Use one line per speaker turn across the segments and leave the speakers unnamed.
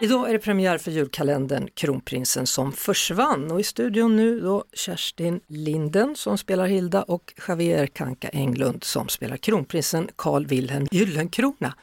Idag är det premiär för julkalendern Kronprinsen som försvann och i studion nu då Kerstin Linden som spelar Hilda och Javier Kanka Englund som spelar kronprinsen Carl Wilhelm Gyllenkrona.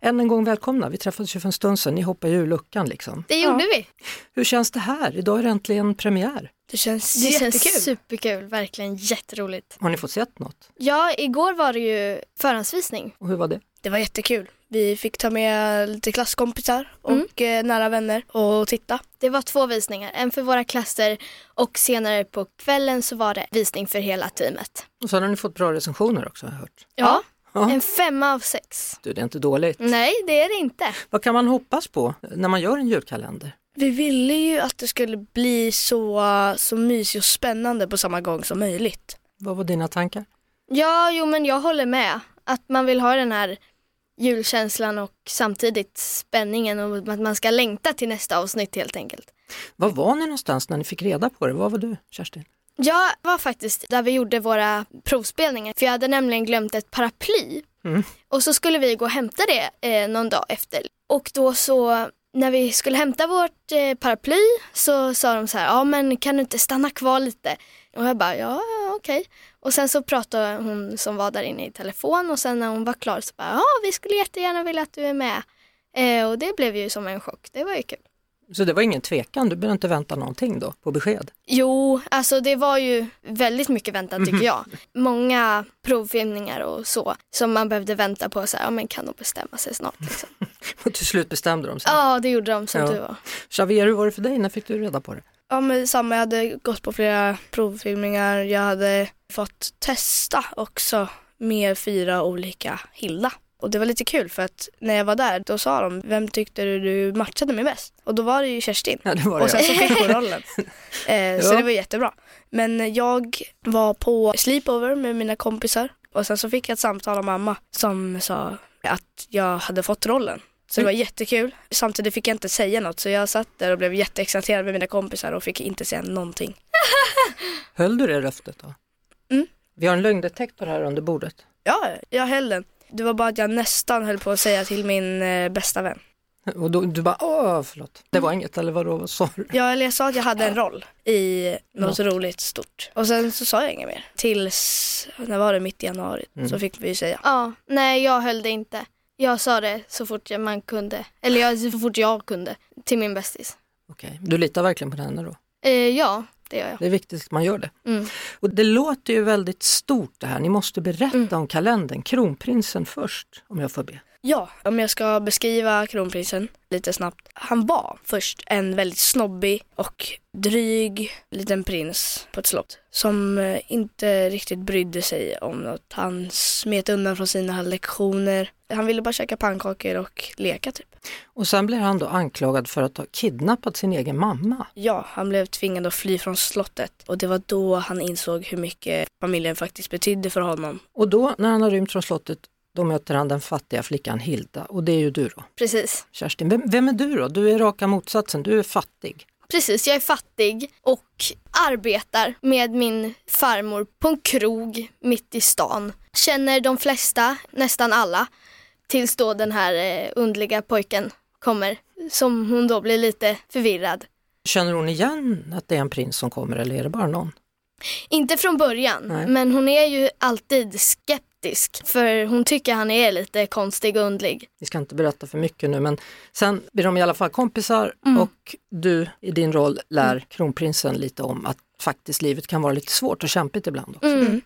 Än en gång välkomna, vi träffades ju för en stund sedan, ni hoppade ur luckan liksom.
Det gjorde vi.
Hur känns det här? Idag är det äntligen premiär.
Det känns
Det
jättekul.
känns superkul, verkligen jätteroligt.
Har ni fått sett något?
Ja, igår var det ju förhandsvisning.
Och hur var det?
det var jättekul. Vi fick ta med lite klasskompisar och eh, nära vänner och titta.
Det var två visningar, en för våra klasser och senare på kvällen så var det visning för hela teamet.
Och sen har ni fått bra recensioner också har jag hört.
Ja,
Ja.
en femma av sex.
Du, det är inte dåligt.
Nej, det är det inte.
Vad kan man hoppas på när man gör en julkalender?
Vi ville ju att det skulle bli så, så mysigt och spännande på samma gång som möjligt.
Vad var dina tankar?
Ja, jo men jag håller med. Att man vill ha den här julkänslan och samtidigt spänningen och att man ska längta till nästa avsnitt helt enkelt.
Var var ni någonstans när ni fick reda på det? Var var du Kerstin?
Jag var faktiskt där vi gjorde våra provspelningar för jag hade nämligen glömt ett paraply.
Mm.
Och så skulle vi gå och hämta det eh, någon dag efter. Och då så när vi skulle hämta vårt eh, paraply så sa de så här, ja men kan du inte stanna kvar lite? Och jag bara, ja ja, okej. Och sen så pratade hon som var där inne i telefon och sen när hon var klar så bara, ja vi skulle jättegärna vilja att du är med. Eh, och det blev ju som en chock, det var ju kul.
Så det var ingen tvekan, du behövde inte vänta någonting då på besked.
Jo, alltså det var ju väldigt mycket väntan tycker jag. Många provfilmningar och så som man behövde vänta på så här, ja men kan de bestämma sig snart liksom.
Och till slut bestämde de sig.
Ja, det gjorde de som
Ja.
du var.
Xavier, hur var det för dig? När fick du reda på det?
Ja men samma, jag hade gått på flera provfilmningar. Jag hade fått testa också med fyra olika Hilda. Och det var lite kul för att när jag var där då sa de, vem tyckte du du matchade med bäst? Och då var det ju Kerstin.
Ja, det var det.
Och sen så fick hon rollen. Eh, så
Ja.
det var jättebra. Men jag var på sleepover med mina kompisar och sen så fick jag ett samtal av mamma som sa att jag hade fått rollen. Så det var jättekul. Samtidigt fick jag inte säga något så jag satt där och blev jätteexalterad med mina kompisar och fick inte säga någonting.
Höll du det löftet då?
Mm.
Vi har en lögndetektor här under bordet.
Ja, jag höll den. Det var bara att jag nästan höll på att säga till min eh, bästa vän.
Och då, du bara, åh förlåt, det var inget, eller vadå, vad sa du?
Ja, eller jag sa att jag hade en roll i något roligt stort. Och sen så sa jag inget mer. Tills, när var det, mitt i januari, så fick vi ju säga.
Ja, nej jag höll det inte. Jag sa det så fort jag- man kunde, eller jag, så fort jag kunde, till min bästis.
Okej, du litar verkligen på henne då?
Eh, ja, det gör jag.
Det är viktigt att man gör det.
Mm.
Och det låter ju väldigt stort det här, ni måste berätta om kalendern, kronprinsen först, om jag får be.
Ja, om jag ska beskriva kronprinsen lite snabbt. Han var först en väldigt snobbig och dryg liten prins på ett slott som eh, inte riktigt brydde sig om något. Han smet undan från sina lektioner. Han ville bara käka pannkakor och leka typ.
Och sen blir han då anklagad för att ha kidnappat sin egen mamma.
Ja, han blev tvingad att fly från slottet och det var då han insåg hur mycket familjen faktiskt betydde för honom.
Och då när han har rymt från slottet, då möter han den fattiga flickan Hilda och det är ju du då,
Precis.
Kerstin. Vem, vem är du då? Du är raka motsatsen, du är fattig.
Precis, jag är fattig och arbetar med min farmor på en krog mitt i stan. Känner de flesta, nästan alla, tills då den här eh, underliga pojken kommer. Som hon då blir lite förvirrad.
Känner hon igen att det är en prins som kommer eller är det bara någon?
Inte från början,
Nej.
men hon är ju alltid skeptisk. För hon tycker han är lite konstig och underlig.
Vi ska inte berätta för mycket nu men sen blir de i alla fall kompisar och du i din roll lär kronprinsen lite om att faktiskt livet kan vara lite svårt och kämpigt ibland också.
Mm.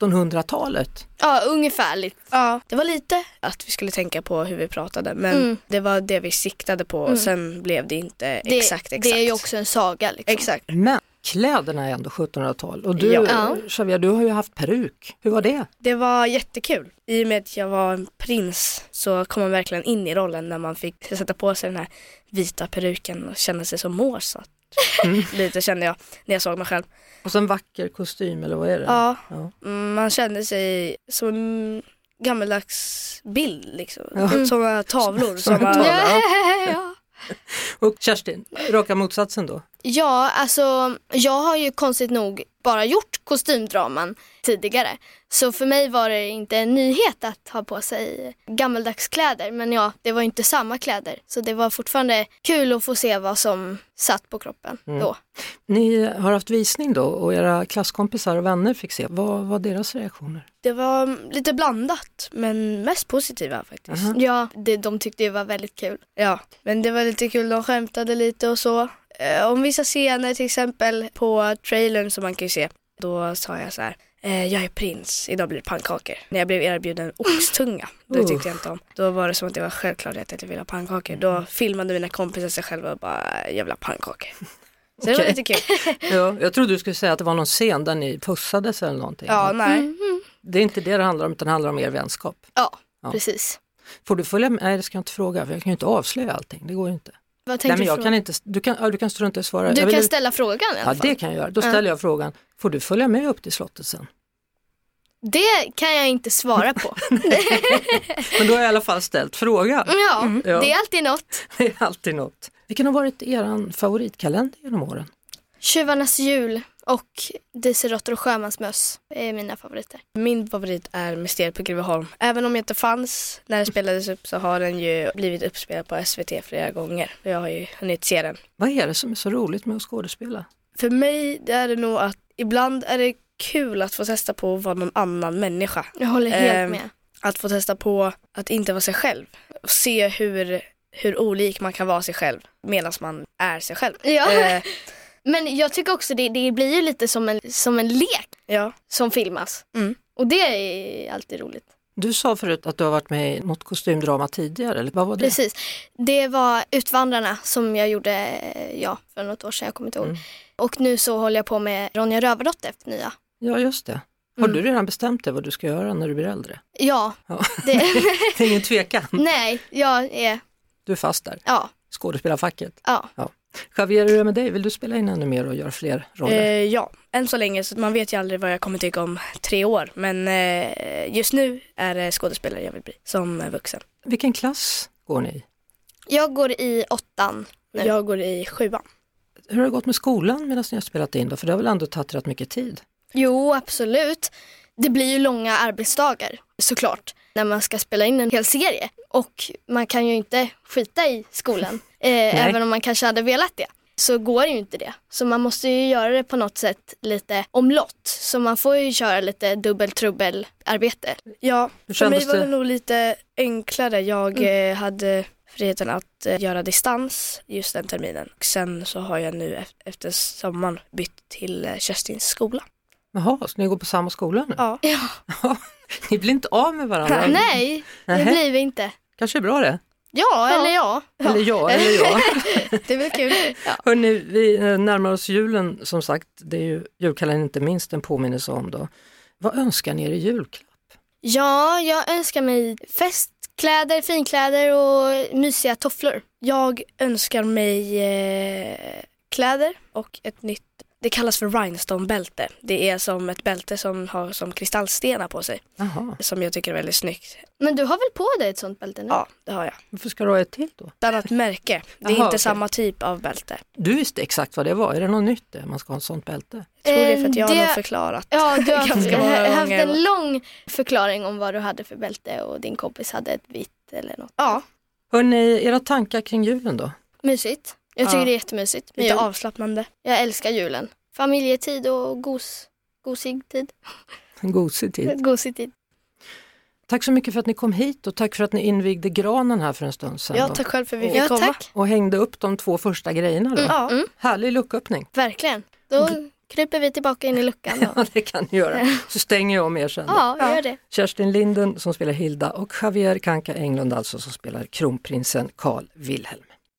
1700-talet,
Ja, ungefärligt.
Ja, det var lite att vi skulle tänka på hur vi pratade men
Mm.
det var det vi siktade på och sen blev det inte
Det,
exakt exakt.
det är ju också en saga. Liksom.
Exakt.
men kläderna är ändå 1700-tal. Och du,
Ja.
Xavier, du har ju haft peruk. Hur var det?
Det var jättekul. I och med att jag var en prins så kom man verkligen in i rollen när man fick sätta på sig den här vita peruken och känna sig som Mozart. Lite kände jag när jag såg mig själv.
Och så en vacker kostym eller vad är det?
Ja,
Ja.
man kände sig som en gammaldags bild liksom.
Ja.
Som Sådana tavlor.
Som
Som
en
man,
tavla.
Ja,
Och Kerstin, raka motsatsen då?
ja, alltså jag har ju konstigt nog bara gjort kostymdraman tidigare. Så för mig var det inte en nyhet att ha på sig gammaldags kläder. Men ja, det var ju inte samma kläder. Så det var fortfarande kul att få se vad som satt på kroppen
Mm.
då.
Ni har haft visning då och era klasskompisar och vänner fick se. Vad var deras reaktioner?
det var lite blandat men mest positiva faktiskt.
Ja, det, de tyckte det var väldigt kul.
Ja, men det var lite kul. De skämtade lite och så. Eh, om vissa scener till exempel på trailern som man kan ju se. Då sa jag så här. Eh, jag är prins, idag blir det pannkakor. När jag blev erbjuden oxtunga, det tyckte jag inte om. Då var det som att det var självklarhet att jag ville ha pannkakor. Då filmade mina kompisar sig själva och bara, jag vill ha pannkakor. Så det var
Okej.
lite kul.
Ja, jag trodde du skulle säga att det var någon scen där ni pussades eller någonting.
Ja, nej.
Det är inte det det handlar om utan det handlar om er vänskap.
Ja,
Ja.
precis.
Får du följa med? Nej det ska jag inte fråga för jag kan ju inte avslöja allting, det går ju inte.
Vad
Nej
tänkte
men
du
jag
fråga?
kan inte, du kan, ja, du kan strunta i att svara.
Du
jag
kan
vill-
ställa frågan i alla
Ja
fall.
det kan jag göra, då ställer jag frågan, får du följa med upp till slottet sen?
Det kan jag inte svara på.
Men då har jag i alla fall ställt frågan.
Mm, ja,
Mm. Ja.
det är alltid något.
Det är alltid något. Vilken har varit eran favoritkalender genom åren?
Tjuvarnas jul och Dieselråttor och sjömansmöss är mina favoriter.
Min favorit är Mysteriet på Greveholm. Även om jag inte fanns när det spelades upp så har den ju blivit uppspelad på SVT flera gånger. Och Jag har ju hunnit se den
Vad är det som är så roligt med att skådespela?
För mig det är det nog att ibland är det kul att få testa på att vara någon annan människa.
Jag håller helt
Ehm,
med.
Att få testa på att inte vara sig själv. Och se hur, hur olik man kan vara sig själv medan man är sig själv.
Ja.
Eh,
Men jag tycker också det, det blir ju lite som en, som en lek
ja.
som filmas.
Mm.
Och det är alltid roligt.
Du sa förut att du har varit med i något kostymdrama tidigare, eller vad var det?
Precis. Det var Utvandrarna som jag gjorde eh, ja, för något år sedan, jag kommer inte ihåg.
Mm.
Och nu så håller jag på med Ronja Rövardotter, nya.
Ja, just det. Har
Mm.
du redan bestämt dig vad du ska göra när du blir äldre?
Ja,
Ja.
det,
Det är ingen tvekan,
nej, jag är,
du är fast där.
ja,
Skådespelarfacket.
ja.
Javier, hur är det med dig? Vill du spela in ännu mer och göra fler roller?
Eh, ja, än så länge så man vet ju aldrig vad jag kommer tycka om tre år. Men eh, just nu är det skådespelare jag vill bli som eh, vuxen.
Vilken klass går ni i?
Jag går i åttan. Nej.
Jag går i sjuan.
Hur har det gått med skolan medan ni har spelat in då? För det har väl ändå tagit rätt mycket tid?
Jo, absolut. Det blir ju långa arbetsdagar såklart när man ska spela in en hel serie. Och man kan ju inte skita i skolan, eh, även om man kanske hade velat det. Så går det ju inte det. Så man måste ju göra det på något sätt lite omlott. Så man får ju köra lite dubbeltrubbelarbete.
Ja,
Hur
för mig
kändes
var
det? Mm.
det nog lite enklare. Jag eh, hade friheten att eh, göra distans just den terminen. Och sen så har jag nu ef- efter sommaren bytt till eh, Kerstins skola.
Jaha, så ni går på samma skola nu?
Ja.
Ja.
Ni blir inte av med varandra?
Nej, det
Nähä.
blir vi inte.
Kanske är bra det?
Ja, eller ja.
Eller jag, eller jag.
Det är väl kul.
Hörrni, vi eh, närmar oss julen som sagt. Det är ju julkalendern inte minst en påminnelse om då. Vad önskar ni er i julklapp?
Ja, jag önskar mig festkläder, finkläder och mysiga tofflor.
Jag önskar mig eh, kläder och ett nytt det kallas för rhinestone-bälte. Det är som ett bälte som har som kristallstenar på sig.
Jaha,
Som jag tycker är väldigt snyggt.
Men du har väl på dig ett sånt bälte nu?
Ja, det har jag.
varför ska du ha ett till då?
Ett annat märke. Det
Jaha,
är inte
okej.
samma typ av bälte.
Du visste exakt vad det var, är det något nytt det? Man ska ha ett sånt bälte?
Jag tror det är för
Eh,
att jag har
det-
nog förklarat.
Eh, Ja, du har
Ganska många
haft, haft
gånger.
en lång förklaring om vad du hade för bälte och din kompis hade ett vitt eller något.
Ja,
Hörrni, era tankar kring julen då?
Mysigt. Jag tycker
Ja.
det är jättemysigt. med
lite
jul.
avslappnande.
Jag älskar julen. Familjetid och gos, gosig tid.
En gosig
Mm.
tid.
Gosig tid.
Tack så mycket för att ni kom hit och tack för att ni invigde granen här för en stund sedan.
Ja,
då.
tack själv för att vi fick
Ja,
komma. Mm.
tack.
Och hängde upp de två första grejerna då.
Ja.
Härlig lucköppning.
Mm, Verkligen. Då kryper vi tillbaka in i luckan. Då.
Ja, det kan ni göra. Så stänger jag om er sen. då.
Ja, vi gör det.
Kerstin Linden som spelar Hilda och Javier Kanka Englund alltså som spelar kronprinsen Carl Wilhelm.